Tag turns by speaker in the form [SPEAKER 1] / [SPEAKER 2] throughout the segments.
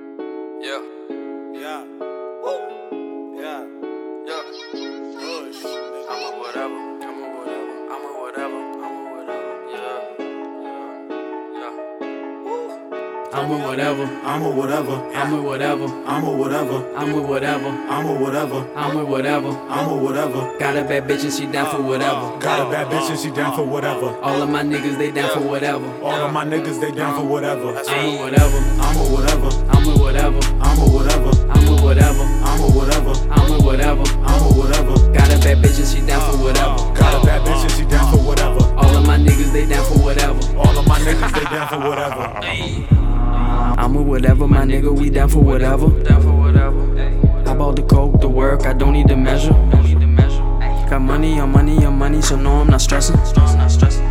[SPEAKER 1] Yeah,
[SPEAKER 2] Yeah. Woo. Yeah.
[SPEAKER 1] yeah.
[SPEAKER 2] Push.
[SPEAKER 1] I'm a whatever. I'm a whatever. I'm a whatever. I'm a whatever. Yeah, yeah, yeah.
[SPEAKER 3] I'm a whatever,
[SPEAKER 4] I'm a whatever.
[SPEAKER 3] I'm a whatever,
[SPEAKER 4] I'm a whatever.
[SPEAKER 3] I'm a whatever,
[SPEAKER 4] I'm a whatever.
[SPEAKER 3] I'm a whatever.
[SPEAKER 4] I'm a whatever.
[SPEAKER 3] Got a bad bitch and she down for whatever.
[SPEAKER 4] Got a bad bitch and she down for whatever.
[SPEAKER 3] All of my niggas, they down for whatever.
[SPEAKER 4] All of my niggas, they down for whatever.
[SPEAKER 3] I'm a whatever,
[SPEAKER 4] I'm a whatever.
[SPEAKER 3] I'm a whatever,
[SPEAKER 4] I'm a whatever.
[SPEAKER 3] I'm a whatever,
[SPEAKER 4] I'm
[SPEAKER 3] I'm
[SPEAKER 4] a whatever.
[SPEAKER 3] a whatever.
[SPEAKER 4] I'm a whatever.
[SPEAKER 3] Got a bad bitch and she down for whatever.
[SPEAKER 4] Got a bad bitch and she down for whatever.
[SPEAKER 3] All of my niggas, they down for whatever.
[SPEAKER 4] All of my niggas, they down for whatever.
[SPEAKER 3] I'm a whatever, my nigga, we down for whatever.
[SPEAKER 1] Down for whatever.
[SPEAKER 3] I bought the coke, the work, I don't need to measure.
[SPEAKER 1] Don't need to measure.
[SPEAKER 3] Got money on money on money, so no, I'm not stressing.
[SPEAKER 1] I'm not stressing.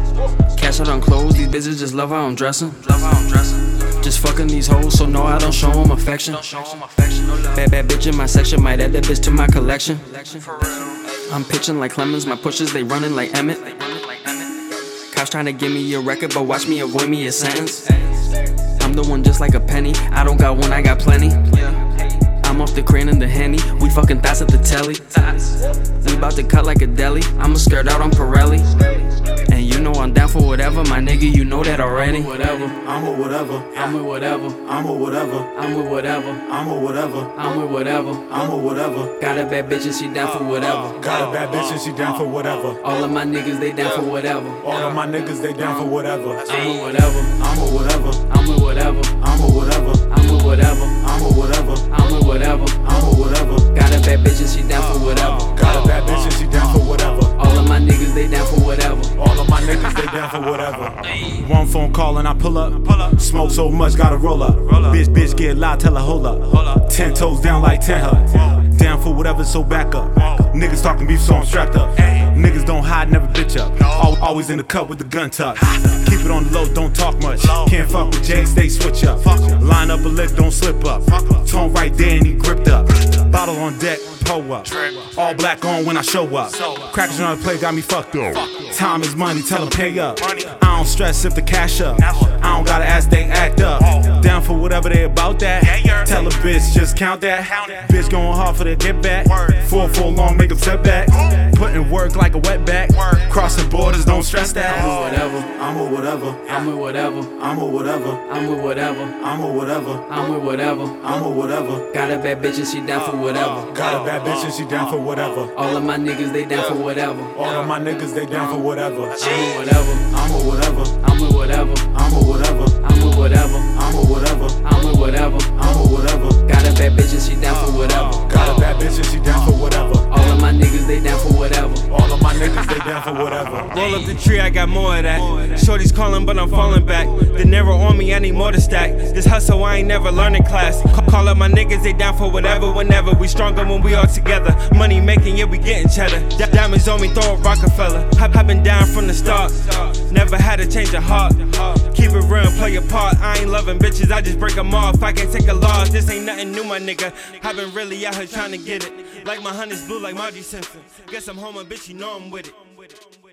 [SPEAKER 3] Cash out on clothes, these bitches just love how I'm dressing.
[SPEAKER 1] Love how I'm dressing.
[SPEAKER 3] Just fucking these hoes, so no, I don't show them affection.
[SPEAKER 1] Don't show 'em affection, no love.
[SPEAKER 3] Bad, bad bitch in my section, might add that bitch to my collection.
[SPEAKER 1] For real.
[SPEAKER 3] I'm pitching like Clemens, my pushes, they running like Emmett.
[SPEAKER 1] They run it like Emmett.
[SPEAKER 3] Cops trying to give me a record, but watch me avoid me a sentence. I'm the one just like a penny, I don't got one, I got plenty.
[SPEAKER 1] Yeah.
[SPEAKER 3] I'm off the crane and the henny, we fucking thoughts at the telly. We about to cut like a deli, I'ma skirt out on Pirelli. And you know I'm down for whatever, my nigga, you know that already. Whatever,
[SPEAKER 4] I'm a whatever.
[SPEAKER 3] I'm with whatever,
[SPEAKER 4] I'm a whatever.
[SPEAKER 3] I'm with whatever,
[SPEAKER 4] I'm a whatever.
[SPEAKER 3] I'm with whatever.
[SPEAKER 4] I'm a whatever.
[SPEAKER 3] Got a bad bitch and she down for whatever.
[SPEAKER 4] Got a bad bitch and she down for whatever.
[SPEAKER 3] All of my niggas, they down for whatever.
[SPEAKER 4] All of my niggas, they down for whatever.
[SPEAKER 3] I'm with whatever,
[SPEAKER 4] I'm a whatever.
[SPEAKER 3] I'm with whatever,
[SPEAKER 4] I'm a whatever.
[SPEAKER 3] I'm with whatever,
[SPEAKER 4] I'm a whatever.
[SPEAKER 3] I'm with whatever.
[SPEAKER 4] I'm a whatever.
[SPEAKER 3] Got a bad bitch and she down for whatever.
[SPEAKER 4] Got a bad bitch and she down for whatever.
[SPEAKER 3] All of my niggas, they down for whatever.
[SPEAKER 4] All of my niggas, they down for whatever. One phone call and I pull up. Pull up. Smoke so much, gotta roll up. Bitch, bitch, get loud, tell her hold up. Ten toes down like ten her. Down for whatever, so back up. Niggas talking beef, so I'm strapped up. Niggas don't hide, never bitch up. Al- Always in the cup with the gun tucked. Keep it on the low, don't talk much. Can't fuck with Jags, they switch up. Line up a lick, don't slip up. Tone right there and he gripped up. Bottle on deck, pull up. All black on when I show up. Crackers on the play got me fucked up. Time is money, tell them pay up. I don't stress if the cash up. I don't gotta ask, they act up. Down for whatever they about that. Tell a bitch, just count that. Bitch going hard for the get back. Four, four long, make them step back. Putting work like a wetback. Crossing borders, don't stress that.
[SPEAKER 3] Whatever,
[SPEAKER 4] I'm a whatever.
[SPEAKER 3] I'm with whatever,
[SPEAKER 4] I'm a whatever.
[SPEAKER 3] I'm with whatever,
[SPEAKER 4] I'm a whatever.
[SPEAKER 3] I'm with whatever.
[SPEAKER 4] I'm a whatever.
[SPEAKER 3] Got a bad bitch and she down for whatever.
[SPEAKER 4] Got a bad bitch and she down for whatever.
[SPEAKER 3] All of my niggas, they down for whatever.
[SPEAKER 4] All of my niggas, they down for whatever.
[SPEAKER 3] I'm with whatever,
[SPEAKER 4] I'm a whatever.
[SPEAKER 3] I'm with whatever,
[SPEAKER 4] I'm a whatever.
[SPEAKER 3] I'm with whatever,
[SPEAKER 4] I'm a whatever.
[SPEAKER 3] I'm with whatever.
[SPEAKER 4] I'm a whatever.
[SPEAKER 3] Got a bad bitch and she down for whatever.
[SPEAKER 4] Got a bad bitch and she down for whatever.
[SPEAKER 3] All of my niggas, they down for whatever.
[SPEAKER 4] All of my niggas, they down for whatever.
[SPEAKER 5] Roll up the tree, I got more of that. Shorty's calling, but I'm falling back. They never on me, I need more to stack. This hustle, I ain't never learning class. Ca- Call up my niggas, they down for whatever, whenever. We stronger when we all together. Money making, yeah, we getting cheddar. Di- diamonds on me, throw a Rockefeller. Hop, hopping down from the start. Never had to change a heart. Keep it real, play a part. I ain't loving bitches, I just break 'em off. I can't take a loss. This ain't nothing new, my nigga. i been really out here trying to get it. Like my honey's blue, like Margie Simpson. Guess I'm home, and bitch, you know I'm with it.